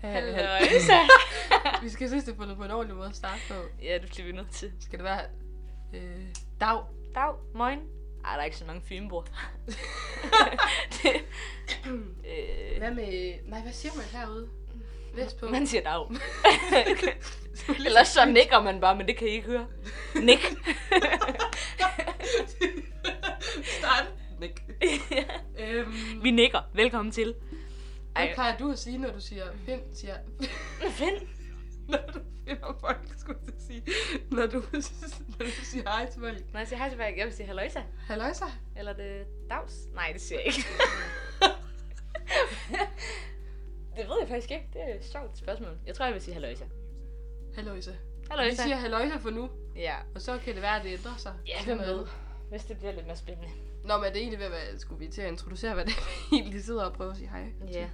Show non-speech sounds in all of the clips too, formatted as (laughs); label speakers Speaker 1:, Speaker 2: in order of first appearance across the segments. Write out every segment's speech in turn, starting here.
Speaker 1: Hal- hal-
Speaker 2: Halløjsa.
Speaker 1: Øh, Vi skal synes, det er fundet på en ordentlig måde at starte på.
Speaker 2: ja, det bliver vi nødt til.
Speaker 1: Skal det være... Øh, dag.
Speaker 2: Dag, moin. Ej, der er ikke så mange (laughs) fynbord. det, øh,
Speaker 1: Hvad med... Nej, hvad siger man herude? (laughs) Vestpå.
Speaker 2: man siger dag. Ellers så nikker man bare, men det kan I ikke høre. Nik.
Speaker 1: Start. Nick. (laughs) Øhm,
Speaker 2: vi nikker. Velkommen til.
Speaker 1: hvad plejer du at sige, når du siger Finn? Siger, (laughs)
Speaker 2: Find.
Speaker 1: når du finder folk, skulle jeg til at sige. Når du, når du siger hej til folk.
Speaker 2: Når jeg siger hej tilbage, jeg vil sige halløjsa.
Speaker 1: Halløjsa.
Speaker 2: Eller det dags? Nej, det siger jeg ikke. (laughs) det ved jeg faktisk ikke. Det er et sjovt spørgsmål. Jeg tror, jeg vil sige halløjsa.
Speaker 1: Halløjsa. Vi
Speaker 2: Halløjsa.
Speaker 1: siger halløjsa for nu,
Speaker 2: Ja.
Speaker 1: og så kan det være, at det ændrer sig.
Speaker 2: Ja,
Speaker 1: Til
Speaker 2: hvem
Speaker 1: noget
Speaker 2: ved.
Speaker 1: andet.
Speaker 2: Hvis det bliver lidt mere spændende.
Speaker 1: Nå, men er det egentlig ved at være, skulle vi til at introducere, hvad det er, vi egentlig sidder og prøver at sige hej. til?
Speaker 2: Ja.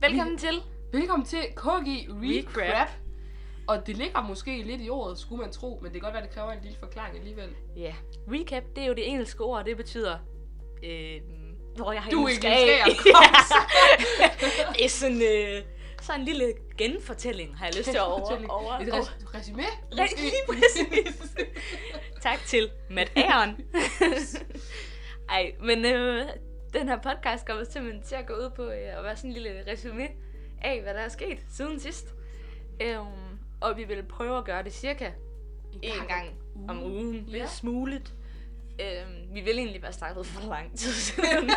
Speaker 2: Velkommen til.
Speaker 1: Velkommen til KG Recrap.
Speaker 2: Recrap.
Speaker 1: Og det ligger måske lidt i ordet, skulle man tro, men det kan godt være, det kræver en lille forklaring alligevel.
Speaker 2: Ja. Recap, det er jo det engelske ord, det betyder... Øh, hvor jeg har
Speaker 1: Du er
Speaker 2: engelsk
Speaker 1: engelsk af, kom
Speaker 2: af. (laughs) Ja. det er sådan, øh, sådan en lille genfortælling, har jeg lyst til at over,
Speaker 1: Fortælling.
Speaker 2: over,
Speaker 1: Et
Speaker 2: over.
Speaker 1: res- resumé?
Speaker 2: Lige
Speaker 1: måske?
Speaker 2: præcis. Tak til Matt (laughs) Aaron. Ej, men øh, den her podcast kommer simpelthen til at gå ud på øh, at være sådan en lille resume af, hvad der er sket siden sidst. Øhm, og vi vil prøve at gøre det cirka en gang om ugen,
Speaker 1: Ja.
Speaker 2: hvis muligt. Øhm, vi ville egentlig være startet for lang (laughs) tid siden.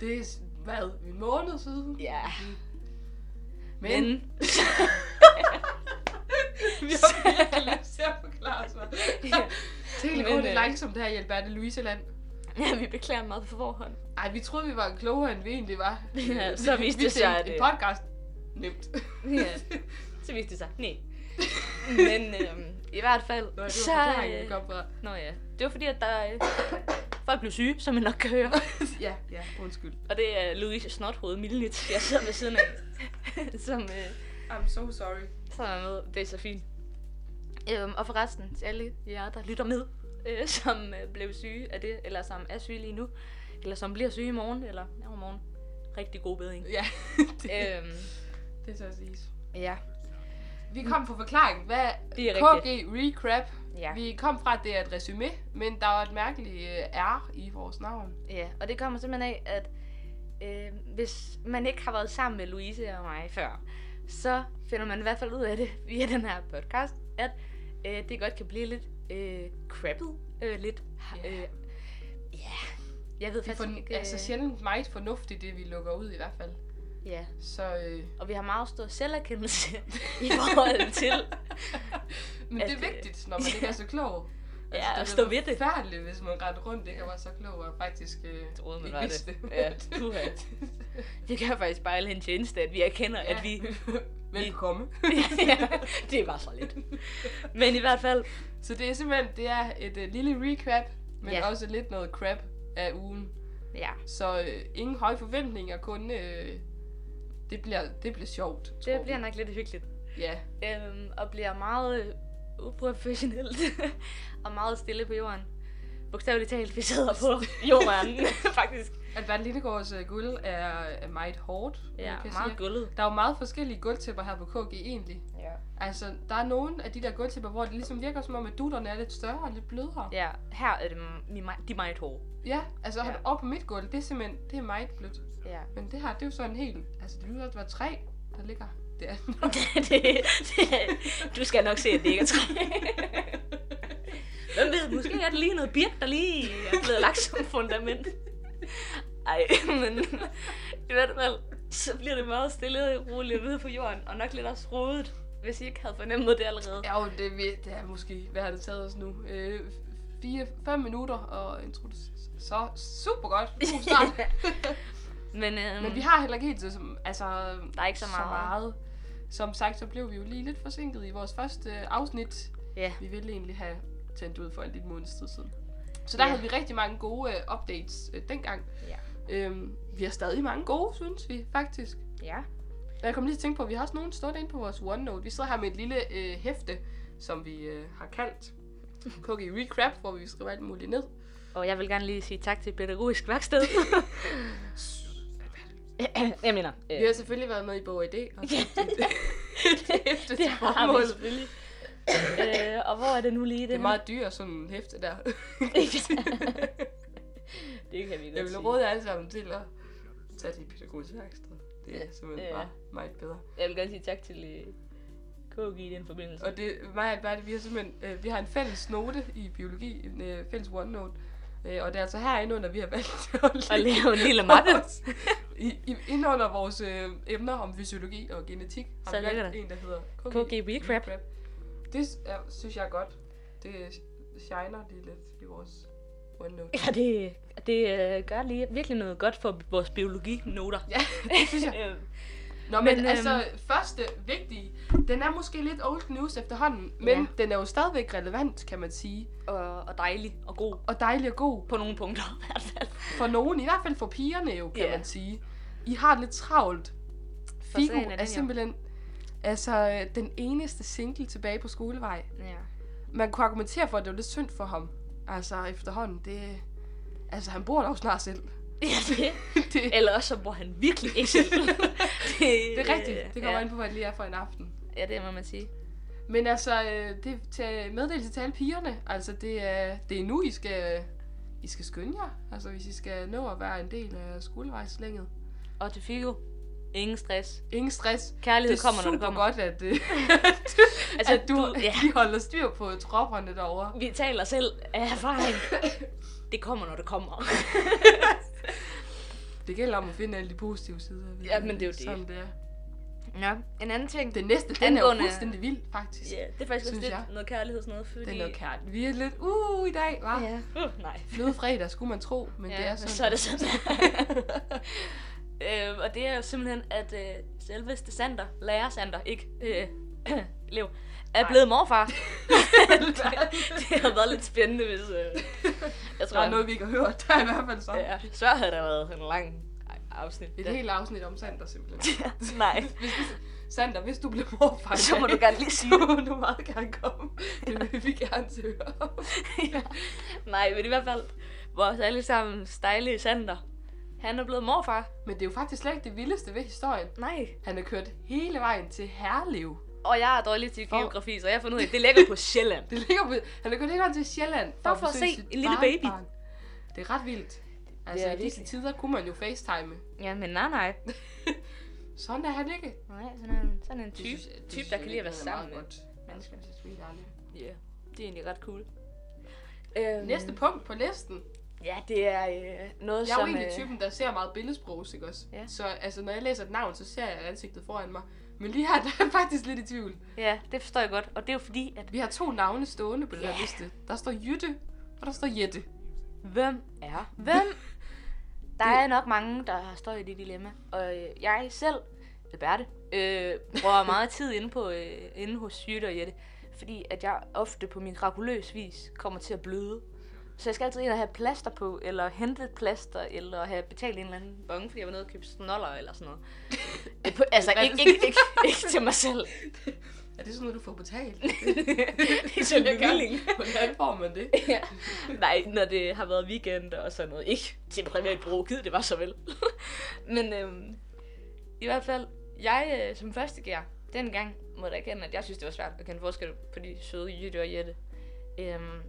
Speaker 1: Det er, s- hvad, en måned siden?
Speaker 2: ja,
Speaker 1: Men,
Speaker 2: men...
Speaker 1: (laughs)
Speaker 2: (laughs)
Speaker 1: men. vi har virkelig lyst til at forklare sig.
Speaker 2: ja.
Speaker 1: Det er
Speaker 2: Men,
Speaker 1: egentlig
Speaker 2: øh,
Speaker 1: langsomt det her i Alberte Louise-land.
Speaker 2: ja, vi beklager meget på forhånd.
Speaker 1: Ej, vi troede, vi var klogere, end vi egentlig var.
Speaker 2: (laughs) Ja, så
Speaker 1: Vi
Speaker 2: viste det sig,
Speaker 1: tænkte,
Speaker 2: at,
Speaker 1: En
Speaker 2: øh,
Speaker 1: podcast. Nemt. (laughs)
Speaker 2: Ja. Så viste det sig, nej. Men øhm, i hvert fald,
Speaker 1: Nå, det var
Speaker 2: så...
Speaker 1: forklaringen,
Speaker 2: øh,
Speaker 1: vi kom fra. (laughs)
Speaker 2: Nå ja, det var fordi, at der, øh, folk blev syge, som man nok kan høre.
Speaker 1: Ja, ja, undskyld.
Speaker 2: Og det er Louise Snothoved Milnit, jeg sidder ved siden af, som, øh,
Speaker 1: I'm so sorry.
Speaker 2: som er med. Det er så fint. Øhm, og forresten, til alle jer, der lytter med, øh, (laughs) som øh, blev syge af det, eller som er syge lige nu, eller som bliver syge i morgen, eller ja, i morgen. Rigtig god (laughs) bedring.
Speaker 1: Ja, (laughs) det,
Speaker 2: øhm,
Speaker 1: det er så at sige.
Speaker 2: ja,
Speaker 1: Vi kom på forklaring. Hvad
Speaker 2: Det er
Speaker 1: KG Recrap.
Speaker 2: ja.
Speaker 1: Vi kom fra, at det er et resume, men der var et mærkeligt øh, R i vores navn.
Speaker 2: Ja, og det kommer simpelthen af, at øh, hvis man ikke har været sammen med Louise og mig før, så finder man i hvert fald ud af det (laughs) via den her podcast, at øh, det godt kan blive lidt øh, crappet, øh, lidt...
Speaker 1: Ja.
Speaker 2: Øh, ja, jeg ved
Speaker 1: Det er
Speaker 2: faktisk
Speaker 1: for,
Speaker 2: ikke...
Speaker 1: altså sjældent meget fornuftigt, det vi lukker ud i hvert fald.
Speaker 2: ja,
Speaker 1: Så, øh,
Speaker 2: og vi har meget stor selverkendelse (laughs) i forhold til
Speaker 1: men
Speaker 2: At,
Speaker 1: det er
Speaker 2: øh,
Speaker 1: vigtigt, når man
Speaker 2: (laughs)
Speaker 1: ikke er så klog. Altså,
Speaker 2: ja,
Speaker 1: det
Speaker 2: at
Speaker 1: er
Speaker 2: stå ved det.
Speaker 1: forfærdeligt, hvis man rendte rundt ikke og var så klog og faktisk øh,
Speaker 2: troede, man
Speaker 1: ikke
Speaker 2: var det.
Speaker 1: vidste (laughs)
Speaker 2: Ja, puha. Det kan faktisk bare en tjeneste, at vi erkender,
Speaker 1: Ja.
Speaker 2: at vi...
Speaker 1: Velkommen.
Speaker 2: (laughs) ja, det var så lidt. Men i hvert fald,
Speaker 1: Så det er simpelthen det er et øh, lille recap, men
Speaker 2: Ja.
Speaker 1: også lidt noget crap af ugen.
Speaker 2: ja,
Speaker 1: Så øh, ingen høje forventninger, kun øh, det, bliver, det bliver sjovt, tror
Speaker 2: det bliver
Speaker 1: vi.
Speaker 2: nok lidt hyggeligt.
Speaker 1: Ja,
Speaker 2: øhm, og bliver meget øh, uprofessionelt (laughs) og meget stille på jorden. Bogstaveligt talt, vi sidder på jorden, (laughs) faktisk.
Speaker 1: Albert Lindegårds øh, guld er, er meget hårdt. vil
Speaker 2: Ja,
Speaker 1: jeg kan
Speaker 2: meget
Speaker 1: sige.
Speaker 2: gullet.
Speaker 1: Der er jo meget forskellige gulvtæpper her på KG egentlig.
Speaker 2: Ja.
Speaker 1: Altså, der er nogle af de der gulvtæpper, hvor det ligesom virker som om, at dutterne er lidt større og lidt blødere.
Speaker 2: ja, her er det m- mi- mig- de er meget hårde.
Speaker 1: Ja, altså
Speaker 2: Ja.
Speaker 1: ja. op på mit gulv, det er simpelthen, det er meget blødt.
Speaker 2: Ja.
Speaker 1: Men det her, det er jo sådan helt, altså det lyder, at det var tre, der ligger. Det er
Speaker 2: (laughs) det, det, du skal nok se, at det ikke er træ. Hvem ved, måske er det lige noget birk, der lige er blevet lagt som fundament. Ej, men i hvert fald, så bliver det meget stille og roligt nede på jorden, og nok lidt også rodet, hvis I ikke havde fornemmet det allerede.
Speaker 1: Ja, jo, det, vi- det er måske, hvad har det taget os nu? Øh, 4-5 minutter og introducere. Så super godt. God
Speaker 2: (laughs)
Speaker 1: start.
Speaker 2: Men, øhm,
Speaker 1: Men vi har heller ikke helt så, som, altså,
Speaker 2: Der er ikke så
Speaker 1: så
Speaker 2: meget.
Speaker 1: meget. Som sagt, så blev vi jo lige lidt forsinket i vores første øh, afsnit.
Speaker 2: Ja.
Speaker 1: Vi ville egentlig have tændt ud for en lille måneds tid siden. Så der
Speaker 2: Ja.
Speaker 1: havde vi rigtig mange gode øh, updates øh, dengang.
Speaker 2: Ja.
Speaker 1: Øhm, vi har stadig mange gode, synes vi faktisk.
Speaker 2: ja.
Speaker 1: Og Jeg kom lige til at tænke på, at vi har også nogen stående inde på vores OneNote. Vi sidder her med et lille øh, hæfte, som vi øh, har kaldt KG Recrap, hvor vi skriver alt muligt ned. (laughs)
Speaker 2: Og jeg vil gerne lige sige tak til Pædagogisk Værksted. jeg mener... øh,
Speaker 1: Vi har selvfølgelig været med i Bog og Idé. Og det, det, det, det,
Speaker 2: (laughs) det
Speaker 1: det,
Speaker 2: har vi selvfølgelig. øh, og hvor er det nu lige det
Speaker 1: det er meget dyr, sådan en hæfte der.
Speaker 2: det kan vi godt
Speaker 1: Jeg vil
Speaker 2: sige.
Speaker 1: råde jer alle sammen til at tage de pædagogiske værksted. Det er
Speaker 2: Ja.
Speaker 1: simpelthen
Speaker 2: Ja.
Speaker 1: bare meget bedre.
Speaker 2: Jeg vil gerne sige tak til øh, KG i
Speaker 1: (laughs)
Speaker 2: den forbindelse.
Speaker 1: Og det, mig og Bert, vi har simpelthen, øh, vi har en fælles note i biologi, en øh, fælles OneNote. Øh, og det er altså herinde under, vi har valgt at
Speaker 2: Og
Speaker 1: lægge
Speaker 2: lave en lille mappe.
Speaker 1: vores- (laughs) i, i, ind under vores øh, emner om fysiologi og genetik har
Speaker 2: Så
Speaker 1: vi
Speaker 2: ligger
Speaker 1: valgt
Speaker 2: der
Speaker 1: en, der hedder
Speaker 2: KG Recap.
Speaker 1: Det s- er, synes jeg er godt. Det shiner lige lidt i vores OneNote.
Speaker 2: Ja, det, det øh, gør lige virkelig noget godt for vores biologi-noter.
Speaker 1: Ja, (laughs) det synes jeg.
Speaker 2: Øh,
Speaker 1: Nå, men,
Speaker 2: Men,
Speaker 1: men
Speaker 2: øhm,
Speaker 1: altså, første vigtige, den er måske lidt old news efterhånden, men
Speaker 2: Ja.
Speaker 1: den er jo stadigvæk relevant, kan man sige.
Speaker 2: og, og dejlig og god
Speaker 1: Og dejlig og god
Speaker 2: på nogle punkter (laughs) i hvert fald.
Speaker 1: for nogen, i hvert fald for pigerne jo, kan
Speaker 2: Ja.
Speaker 1: yeah. man sige. I har det lidt travlt.
Speaker 2: For
Speaker 1: Figo
Speaker 2: sagen er
Speaker 1: er,
Speaker 2: den jo.
Speaker 1: er simpelthen altså, øh, den eneste single tilbage på skolevej.
Speaker 2: Ja.
Speaker 1: Man kunne argumentere for, at det var lidt synd for ham. Altså efterhånden, det... Altså, han bor der jo snart selv. (laughs)
Speaker 2: (laughs) ja det.
Speaker 1: det,
Speaker 2: Eller også så bor han virkelig
Speaker 1: (laughs)
Speaker 2: ikke selv.
Speaker 1: det er rigtigt. Det kommer
Speaker 2: ja.
Speaker 1: ja. an på, hvad det lige er for en aften.
Speaker 2: Ja, det må man sige.
Speaker 1: Men altså, øh, det er til meddelelse til alle pigerne. Altså, det er, det er nu, I skal, I skal skynde jer. Altså, hvis I skal nå at være en del af skolevejslænget.
Speaker 2: Og til Figo, ingen stress.
Speaker 1: Ingen stress.
Speaker 2: Kærlighed
Speaker 1: det er
Speaker 2: kommer, når
Speaker 1: super
Speaker 2: det kommer.
Speaker 1: godt, at, øh,
Speaker 2: Altså,
Speaker 1: altså, at du, du
Speaker 2: du- (laughs) ja.
Speaker 1: ja. de holder styr på tropperne derovre.
Speaker 2: Vi taler selv af erfaring. det kommer, når det kommer.
Speaker 1: Det gælder om at finde alle de positive sider. ved
Speaker 2: Ja, men det er jo det.
Speaker 1: Sådan det er.
Speaker 2: Nå, en anden ting.
Speaker 1: Den næste, den er
Speaker 2: Angående-
Speaker 1: jo fuldstændig vild, faktisk.
Speaker 2: Ja, det er faktisk også
Speaker 1: Synes
Speaker 2: lidt
Speaker 1: jeg.
Speaker 2: noget kærlighed sådan noget, fordi...
Speaker 1: Den er jo kært. Vi er lidt, uh, i dag, var. Ja.
Speaker 2: Ja. Uh, nej.
Speaker 1: Fløde fredag, skulle man tro, men det er sådan.
Speaker 2: så er det
Speaker 1: (laughs)
Speaker 2: sådan. øh, og det er jo simpelthen, at øh, selveste Sander, lærer Sander, ikke øh, (clears throat) elev, er
Speaker 1: Nej.
Speaker 2: blevet
Speaker 1: (laughs)
Speaker 2: morfar. (laughs) det har været lidt spændende, hvis... Øh, jeg
Speaker 1: Der
Speaker 2: tror,
Speaker 1: er noget, vi ikke har hørt. Der er i hvert fald så.
Speaker 2: Ja, så havde der været en lang afsnit.
Speaker 1: Et
Speaker 2: Ja.
Speaker 1: helt afsnit om Sander,
Speaker 2: (laughs)
Speaker 1: simpelthen. (laughs)
Speaker 2: nej.
Speaker 1: Hvis du, Sander, hvis du bliver morfar, i
Speaker 2: Så må
Speaker 1: dag,
Speaker 2: du gerne lige sige
Speaker 1: så må du meget gerne komme. (laughs) Det vil vi gerne til at høre om.
Speaker 2: ja. Nej, men i hvert fald, vores alle sammen dejlige Sander, han er blevet morfar.
Speaker 1: Men det er jo faktisk slet ikke det vildeste ved historien.
Speaker 2: Nej.
Speaker 1: Han har kørt hele vejen til Herlev.
Speaker 2: Og jeg er dårlig til
Speaker 1: For-
Speaker 2: geografi, så jeg har fundet ud af, at det ligger på Sjælland.
Speaker 1: Det ligger ved, han har kørt hele vejen til Sjælland.
Speaker 2: Bare for at
Speaker 1: besøge
Speaker 2: se
Speaker 1: sit
Speaker 2: en lille
Speaker 1: barnebarn.
Speaker 2: baby.
Speaker 1: Det er ret vildt. Altså,
Speaker 2: er
Speaker 1: i disse
Speaker 2: virkelig.
Speaker 1: tider kunne man jo facetime.
Speaker 2: Ja, men nej, nej.
Speaker 1: Sådan er han ikke.
Speaker 2: Nej, sådan en, sådan en
Speaker 1: Det
Speaker 2: type,
Speaker 1: synes jeg- det
Speaker 2: type
Speaker 1: synes
Speaker 2: der
Speaker 1: jeg
Speaker 2: kan lide at være
Speaker 1: virkelig er
Speaker 2: sammen
Speaker 1: meget
Speaker 2: med.
Speaker 1: godt. mennesker.
Speaker 2: mennesker.
Speaker 1: Jeg synes, helt ærligt.
Speaker 2: Ja, det er egentlig ret cool. Øhm,
Speaker 1: Næste punkt på listen.
Speaker 2: Ja, det er øh, noget,
Speaker 1: Jeg er jo
Speaker 2: som...
Speaker 1: egentlig typen, der ser meget billedsprog, ikke også?
Speaker 2: Ja.
Speaker 1: Så altså, når jeg læser et navn, så ser jeg ansigtet foran mig. Men lige her, (laughs) der er jeg faktisk lidt i tvivl.
Speaker 2: ja, det forstår jeg godt. Og det er jo fordi, at
Speaker 1: Vi har to navne stående på den
Speaker 2: Ja.
Speaker 1: her liste. Der står Jytte, og der står Jette.
Speaker 2: Hvem er hvem? (laughs) Der er nok mange, der står i det dilemma. Og øh, jeg selv, Alberte, øh, (laughs) bruger meget tid inde, på, øh, inde hos Jytte og Jette. Fordi at jeg ofte på mirakuløs vis kommer til at bløde. Så jeg skal altid ind og have plaster på, eller hente et plaster, eller have betalt en eller anden bonge, fordi jeg var nede og købe snoller eller sådan (laughs) noget. Øh, på- altså, ikke, ikke, ikke, ikke til mig selv.
Speaker 1: Er det sådan noget, du får betalt?
Speaker 2: (laughs) det er sådan en bevilling.
Speaker 1: Hvordan får man det?
Speaker 2: (laughs) ja. Nej, når det har været weekend og sådan noget. Ikke til privat brug, givet det var så vel. (laughs) Men øhm, i hvert fald, jeg øh, som første gear, dengang måtte jeg erkende, at jeg synes, det var svært at kende forskel på de søde Jytte og Jette. Øhm,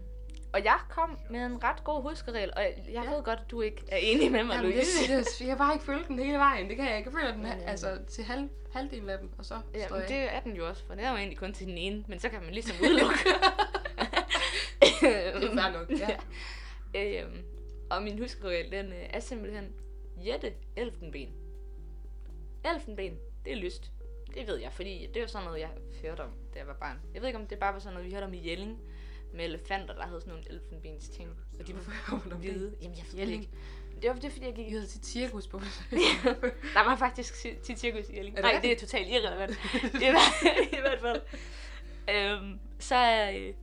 Speaker 2: og jeg kom med en ret god huskeregel, og jeg, jeg ja. ved godt, at du ikke er enig med mig,
Speaker 1: Jamen, det,
Speaker 2: (laughs) Louise.
Speaker 1: det, jeg har bare ikke følt den hele vejen. Det kan jeg ikke. Jeg føler den
Speaker 2: Ja.
Speaker 1: altså, til halv, halvdelen af dem, og så
Speaker 2: Ja,
Speaker 1: står
Speaker 2: men
Speaker 1: jeg.
Speaker 2: det er den jo også, for den er jo egentlig kun til den ene, men så kan man ligesom udelukke.
Speaker 1: (laughs) det er fair
Speaker 2: (laughs)
Speaker 1: nok. (laughs) Ja.
Speaker 2: Øhm, og min huskeregel, den øh, er simpelthen Jette Elfenben. Elfenben, det er lyst. Det ved jeg, fordi det var sådan noget, jeg hørte om, da jeg var barn. Jeg ved ikke, om det bare var sådan noget, vi hørte om i Jelling med elefanter, der havde sådan nogle elfenbens ting. Og de var hvide. Jamen, jeg ved det
Speaker 1: Jelling.
Speaker 2: ikke. Det var det, er, fordi jeg gik
Speaker 1: Jeg
Speaker 2: i...
Speaker 1: hedder til cirkus på
Speaker 2: Der var faktisk si- tit cirkus i Jelling.
Speaker 1: Er det
Speaker 2: Nej, det er
Speaker 1: rigtigt?
Speaker 2: totalt irrelevant.
Speaker 1: (laughs)
Speaker 2: I, hver- (laughs) I hvert fald. Øhm, så er øh,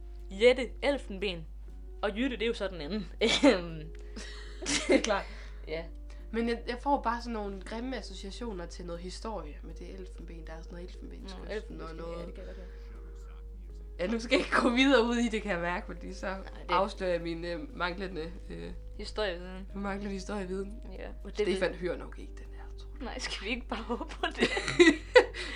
Speaker 2: Jette Elfenben. Og Jytte, det er jo så den anden. (laughs) Øhm,
Speaker 1: det er klart.
Speaker 2: (laughs) ja,
Speaker 1: Men jeg, jeg får bare sådan nogle grimme associationer til noget historie med det elfenben. Der er sådan noget elfenben
Speaker 2: Nå,
Speaker 1: og
Speaker 2: elfenbenskysten, ja,
Speaker 1: noget.
Speaker 2: det kan jeg godt høre.
Speaker 1: Ja, nu skal jeg ikke gå videre ud i det, kan jeg mærke, fordi så
Speaker 2: det-
Speaker 1: afslører jeg min øh, manglende, øh,
Speaker 2: Historieviden.
Speaker 1: manglende historieviden.
Speaker 2: Ja, og det
Speaker 1: Stefan hører nok ikke den her. tror du?
Speaker 2: Nej, skal vi ikke bare håbe på (laughs) det?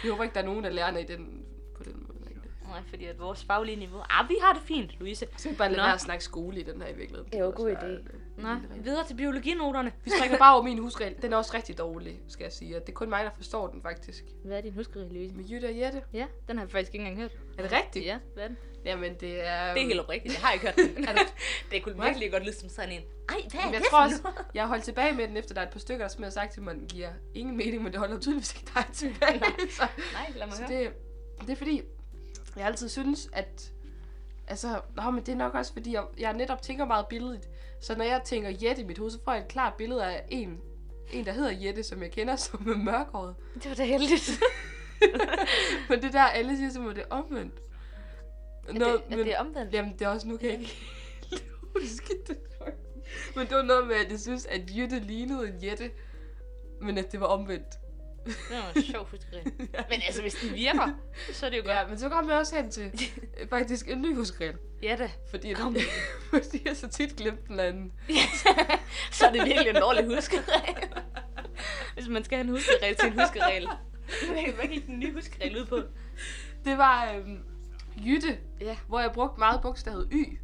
Speaker 1: Jeg håber ikke, der er nogen, der lærer i den, på den måde. ikke?
Speaker 2: Nej, fordi at vores faglige niveau... Ah, vi har det fint, Louise.
Speaker 1: Så vi bare lade
Speaker 2: Nå.
Speaker 1: være at snakke skole i den her i virkeligheden.
Speaker 2: Det er jo
Speaker 1: kan også
Speaker 2: god
Speaker 1: være,
Speaker 2: idé.
Speaker 1: at, øh,
Speaker 2: Nå,
Speaker 1: en regel.
Speaker 2: videre til biologinoterne.
Speaker 1: (laughs) Vi springer bare over min husregel. Den er også rigtig dårlig, skal jeg sige. Og det er kun mig, der forstår den faktisk.
Speaker 2: Hvad er din huskerig, Louise?
Speaker 1: Med Jytte og Jette.
Speaker 2: Ja, den har jeg faktisk ikke engang hørt.
Speaker 1: Er det rigtigt?
Speaker 2: Ja, hvad er den?
Speaker 1: Jamen, det er... øhm,
Speaker 2: Det er helt oprigtigt, jeg har ikke hørt (laughs) den.
Speaker 1: Er det-
Speaker 2: det kunne
Speaker 1: What?
Speaker 2: virkelig godt lyde som sådan en... Ej, hvad er
Speaker 1: Jamen, jeg
Speaker 2: det
Speaker 1: tror
Speaker 2: for
Speaker 1: også,
Speaker 2: noget?
Speaker 1: jeg har holdt tilbage med den, efter der er et par stykker, som jeg har sagt til mig, den giver ingen mening, men det holder tydeligvis ikke dig tilbage. (laughs) så,
Speaker 2: Nej, lad mig
Speaker 1: så
Speaker 2: høre.
Speaker 1: det, det er fordi, jeg altid synes, at... Altså, nå, men det er nok også, fordi jeg, jeg netop tænker meget billedligt. Så når jeg tænker Jette i mit hoved, så får jeg et klart billede af en, en der hedder Jette, som jeg kender (laughs) som er mørkhåret.
Speaker 2: Det var da heldigt.
Speaker 1: Men det der, alle siger til mig, det er omvendt.
Speaker 2: (laughs) Nå, det, men... det er omvendt.
Speaker 1: Jamen, det er også nu, kan jeg ikke (laughs) helt huske det. Men det var noget med, at jeg synes, at Jytte lignede en Jette, men at det var omvendt.
Speaker 2: Det var en sjov huskerig. (laughs) Men altså, hvis den virker, så er det jo godt.
Speaker 1: Ja, men så kom jeg også hen (laughs) til øh, faktisk en ny husregel.
Speaker 2: Ja da.
Speaker 1: Fordi,
Speaker 2: Kom.
Speaker 1: (laughs) fordi jeg så tit glemte den anden.
Speaker 2: så er det virkelig en dårlig huskeregel. (laughs) Hvis man skal have en huskeregel til en huskeregel. Hvad gik den nye huskeregel ud på?
Speaker 1: Det var øhm, Jytte,
Speaker 2: Ja.
Speaker 1: hvor jeg brugte meget bogstavet Y.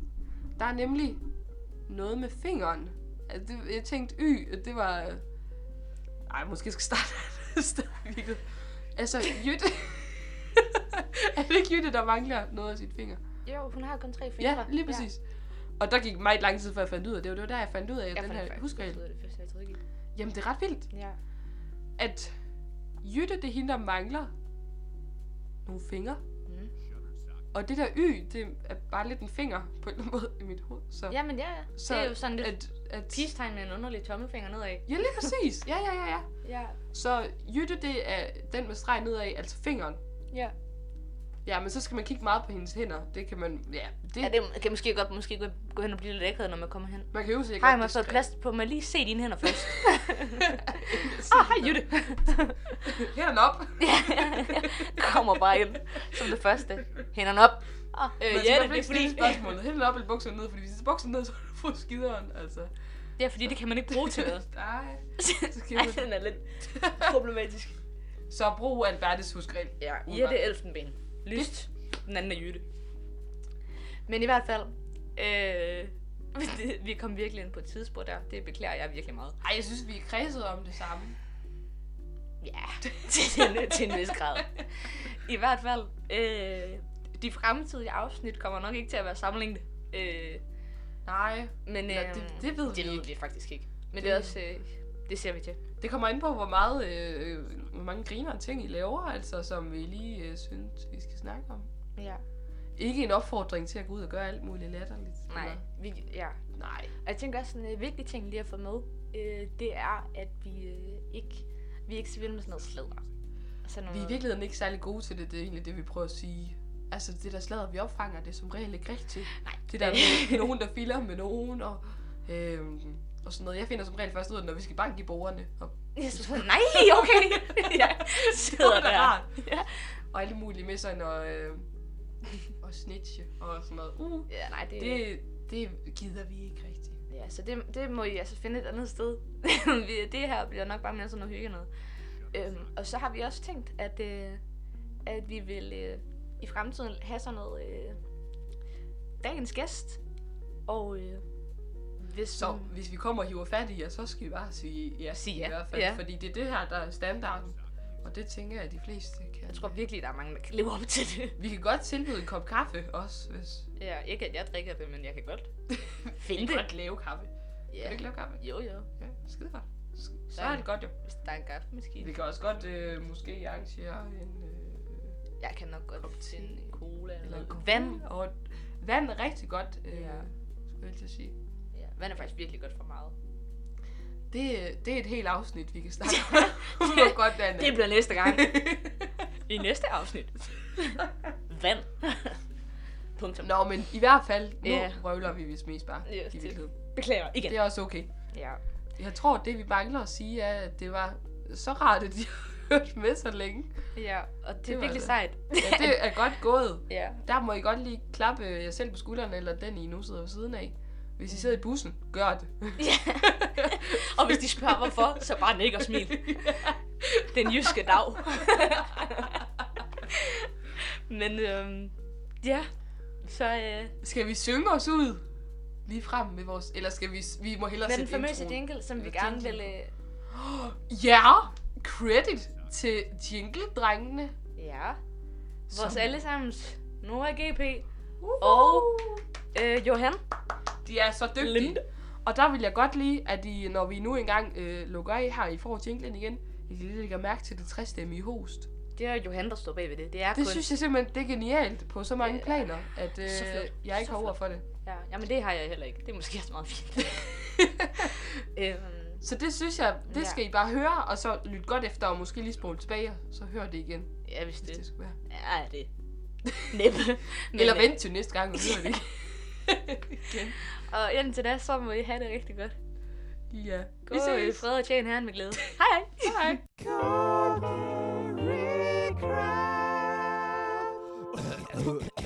Speaker 1: Der er nemlig noget med fingeren. Altså, det, jeg tænkte Y, og det var... øh, Ej, måske skal jeg starte et sted, virkelig. Altså, Jytte... (laughs) er det ikke Jytte, der mangler noget af sit finger?
Speaker 2: Jo, hun har kun tre fingre.
Speaker 1: Ja, lige præcis. Og der gik meget lang tid, før jeg fandt ud af det. Det var der, jeg fandt ud af, at
Speaker 2: Jeg
Speaker 1: den
Speaker 2: fandt
Speaker 1: her
Speaker 2: faktisk
Speaker 1: huskeregel...
Speaker 2: ud af det første, jeg troede ikke.
Speaker 1: Jamen, det er ret vildt,
Speaker 2: Ja.
Speaker 1: at Jytte, det er hende, der mangler nogle fingre.
Speaker 2: Mm.
Speaker 1: Og det der y, det er bare lidt en finger på en eller anden måde i mit hoved. Så,
Speaker 2: Jamen ja, ja.
Speaker 1: så
Speaker 2: det er jo sådan lidt
Speaker 1: at, at,
Speaker 2: pistegn med en underlig tommelfinger nedad.
Speaker 1: Ja, lige præcis. Ja, ja, ja, ja.
Speaker 2: Ja.
Speaker 1: Så jytte, det er den med streg nedad, altså fingeren.
Speaker 2: ja.
Speaker 1: Ja, men så skal man kigge meget på hendes hænder. Det kan man, ja. Det,
Speaker 2: Ja, det kan måske godt måske godt gå hen og blive lidt ægget, når man kommer hen.
Speaker 1: Man kan øve sig. i at
Speaker 2: Har jeg
Speaker 1: gøre
Speaker 2: mig fået
Speaker 1: diskret.
Speaker 2: plads på mig? Lige se dine hænder først.
Speaker 1: Sådan
Speaker 2: Åh, Ah, hej
Speaker 1: der.
Speaker 2: Jytte.
Speaker 1: (laughs)
Speaker 2: (laughs)
Speaker 1: Hænderne op.
Speaker 2: kommer bare ind som det første. Hænderne op. Åh, øh,
Speaker 1: Man skal i hvert
Speaker 2: Jette,
Speaker 1: fald
Speaker 2: det er
Speaker 1: ikke stille
Speaker 2: fordi...
Speaker 1: spørgsmålet. Hænderne op eller bukserne ned, fordi hvis det er bukserne ned, så har du fået skideren, altså.
Speaker 2: (laughs) Det er fordi, det kan man ikke bruge til noget.
Speaker 1: (laughs) Nej. Så skal
Speaker 2: (laughs) Ej,
Speaker 1: man-
Speaker 2: den er (laughs) lidt problematisk.
Speaker 1: Så brug Albertes husgrill.
Speaker 2: Ja,
Speaker 1: Umiddelbart.
Speaker 2: Jette Elfenben. Lyst. Den anden er Jytte. Men i hvert fald, øh, (laughs) det- vi kom virkelig ind på et tidsspur der. Det beklager jeg virkelig meget.
Speaker 1: Ej, jeg synes, vi er kredset om det samme.
Speaker 2: Ja, (laughs) til en, til en vis grad. I hvert fald, øh, de fremtidige afsnit kommer nok ikke til at være sammenlignet. Øh,
Speaker 1: Nej.
Speaker 2: men
Speaker 1: Nå,
Speaker 2: øh,
Speaker 1: det- det ved
Speaker 2: det
Speaker 1: vi
Speaker 2: ved
Speaker 1: ikke.
Speaker 2: vi faktisk ikke. Men det,
Speaker 1: Det-
Speaker 2: det er også, øh, det ser vi til.
Speaker 1: Det kommer ind på, hvor meget, øh, hvor mange griner og ting I laver, altså, som vi lige øh, synes, vi skal snakke om.
Speaker 2: Ja.
Speaker 1: Ikke en opfordring til at gå ud og gøre alt muligt latterligt.
Speaker 2: Nej, vi, ja.
Speaker 1: Eller- Nej.
Speaker 2: Og jeg tænker også, en øh, vigtig ting lige at få med, øh, det er, at vi øh, ikke, vi er ikke så vilde med sådan noget sladder. Altså
Speaker 1: Vi er i virkeligheden ikke særlig gode til det, det er egentlig det, vi prøver at sige. Altså, det der slader, vi opfanger, det er som regel ikke rigtigt.
Speaker 2: Nej.
Speaker 1: Det der med (laughs) nogen, der filer med nogen, og, øh, og sådan noget. Jeg finder som regel først ud af, det, når vi skal banke i borgerne. Og,
Speaker 2: Jeg synes, (laughs) nej, (laughs) okay. jeg sidder der. Ja.
Speaker 1: og alle mulige misserne og,
Speaker 2: (laughs)
Speaker 1: øh, og snitche og sådan noget. Uh,
Speaker 2: ja, nej, det, det...
Speaker 1: det, det gider vi ikke rigtigt.
Speaker 2: Ja, så det, det må I altså finde et andet sted. (laughs) Vi- det her bliver nok bare mere sådan noget hygge noget. Øhm, og så har vi også tænkt, at, øh, at vi vil øh, i fremtiden have sådan noget øh, dagens gæst. Og øh, hvis
Speaker 1: Så
Speaker 2: man-
Speaker 1: hvis vi kommer og hiver fat i jer, så skal vi bare sige ja,
Speaker 2: Sige
Speaker 1: i
Speaker 2: Mm. ja.
Speaker 1: hvert fald.
Speaker 2: Ja.
Speaker 1: Fordi det er det her, der er standarden. Og det tænker jeg, at de fleste kan.
Speaker 2: Jeg tror virkelig, der er mange, der kan leve op til det.
Speaker 1: Vi kan godt tilbyde en kop kaffe også, hvis
Speaker 2: (laughs) Ja, ikke at jeg drikker det, men jeg kan godt
Speaker 1: vi
Speaker 2: (laughs) finde
Speaker 1: kan
Speaker 2: det.
Speaker 1: godt lave kaffe. Ja. Kan du
Speaker 2: Ja.
Speaker 1: ikke lave kaffe?
Speaker 2: Jo, jo.
Speaker 1: Ja, skide godt. Sk- Så
Speaker 2: Ja.
Speaker 1: er det godt jo.
Speaker 2: Hvis der er en kaffemaskine.
Speaker 1: Vi kan også godt øh, måske arrangere en, øh,
Speaker 2: Jeg kan nok godt finde en cola eller,
Speaker 1: eller en
Speaker 2: eller
Speaker 1: cola.
Speaker 2: vand.
Speaker 1: Og vand er rigtig godt, øh,
Speaker 2: Ja.
Speaker 1: ja. skulle jeg til at sige.
Speaker 2: Ja, vand er faktisk virkelig godt for meget.
Speaker 1: Det, øh, det er et helt afsnit,
Speaker 2: (laughs)
Speaker 1: vi kan snakke om, (laughs) hvor godt vand er.
Speaker 2: Det bliver næste gang. (laughs) I næste afsnit. Vand. Punktum.
Speaker 1: Nå, men i hvert fald, nu
Speaker 2: Ja.
Speaker 1: røvler vi hvis mest bare.
Speaker 2: Yes,
Speaker 1: i
Speaker 2: det-
Speaker 1: virkeligheden.
Speaker 2: Beklager. Igen.
Speaker 1: Det er også okay.
Speaker 2: Ja.
Speaker 1: Jeg tror, det vi mangler at sige er, at det var så rart, at de (laughs) har hørt med så længe.
Speaker 2: ja, og det,
Speaker 1: Det
Speaker 2: er
Speaker 1: var
Speaker 2: virkelig
Speaker 1: det.
Speaker 2: sejt.
Speaker 1: Ja, det er godt gået.
Speaker 2: (laughs) Ja.
Speaker 1: Der må I godt lige klappe jer selv på skuldrene, eller den, I nu sidder ved siden af. Hvis I sidder i bussen, gør det.
Speaker 2: Ja. og hvis de spørger hvorfor, så bare nik og (laughs) smil. Den jyske dag. (laughs) Men øhm, ja, så øh,
Speaker 1: Skal vi synge os ud? Lige frem med vores... Eller skal vi... s- Vi må hellere
Speaker 2: med den
Speaker 1: sætte
Speaker 2: famøse
Speaker 1: introen.
Speaker 2: jingle, som vi
Speaker 1: Eller
Speaker 2: gerne
Speaker 1: jingle.
Speaker 2: vil... Øh,
Speaker 1: Ja! Credit til jingle-drengene.
Speaker 2: ja, vores
Speaker 1: som-
Speaker 2: allesammens Nora GP
Speaker 1: Uhuh.
Speaker 2: og øh, Johan.
Speaker 1: De er så dygtige.
Speaker 2: Linda.
Speaker 1: Og der vil jeg godt lide, at I, når vi nu engang øh, lukker af her, I får jinglen igen, I lige lægger mærke til det trestemmige host. Det
Speaker 2: Det er Johan, der står bag ved det. Det er kun...
Speaker 1: synes jeg simpelthen, det er genialt på så mange
Speaker 2: Ja.
Speaker 1: planer, at øh,
Speaker 2: Så flot.
Speaker 1: jeg ikke
Speaker 2: Så
Speaker 1: har ord
Speaker 2: flot.
Speaker 1: for det.
Speaker 2: Ja, jamen det har jeg heller ikke. Det er måske også meget
Speaker 1: (laughs)
Speaker 2: fint. øhm,
Speaker 1: Så det synes jeg, det
Speaker 2: Ja.
Speaker 1: skal I bare høre, og så lyt godt efter, og måske lige spole tilbage, og så hør det igen, hvis
Speaker 2: ja, hvis
Speaker 1: det
Speaker 2: det
Speaker 1: skulle være.
Speaker 2: er det. Næppe. Men,
Speaker 1: Eller
Speaker 2: øh,
Speaker 1: vent til næste gang, og hør det
Speaker 2: (laughs)
Speaker 1: igen.
Speaker 2: øh, Og indtil da, så må I have det rigtig godt.
Speaker 1: Ja.
Speaker 2: Gå i fred og tjen herren med glæde. Hej hej!
Speaker 1: Hej.
Speaker 3: Corey Crab.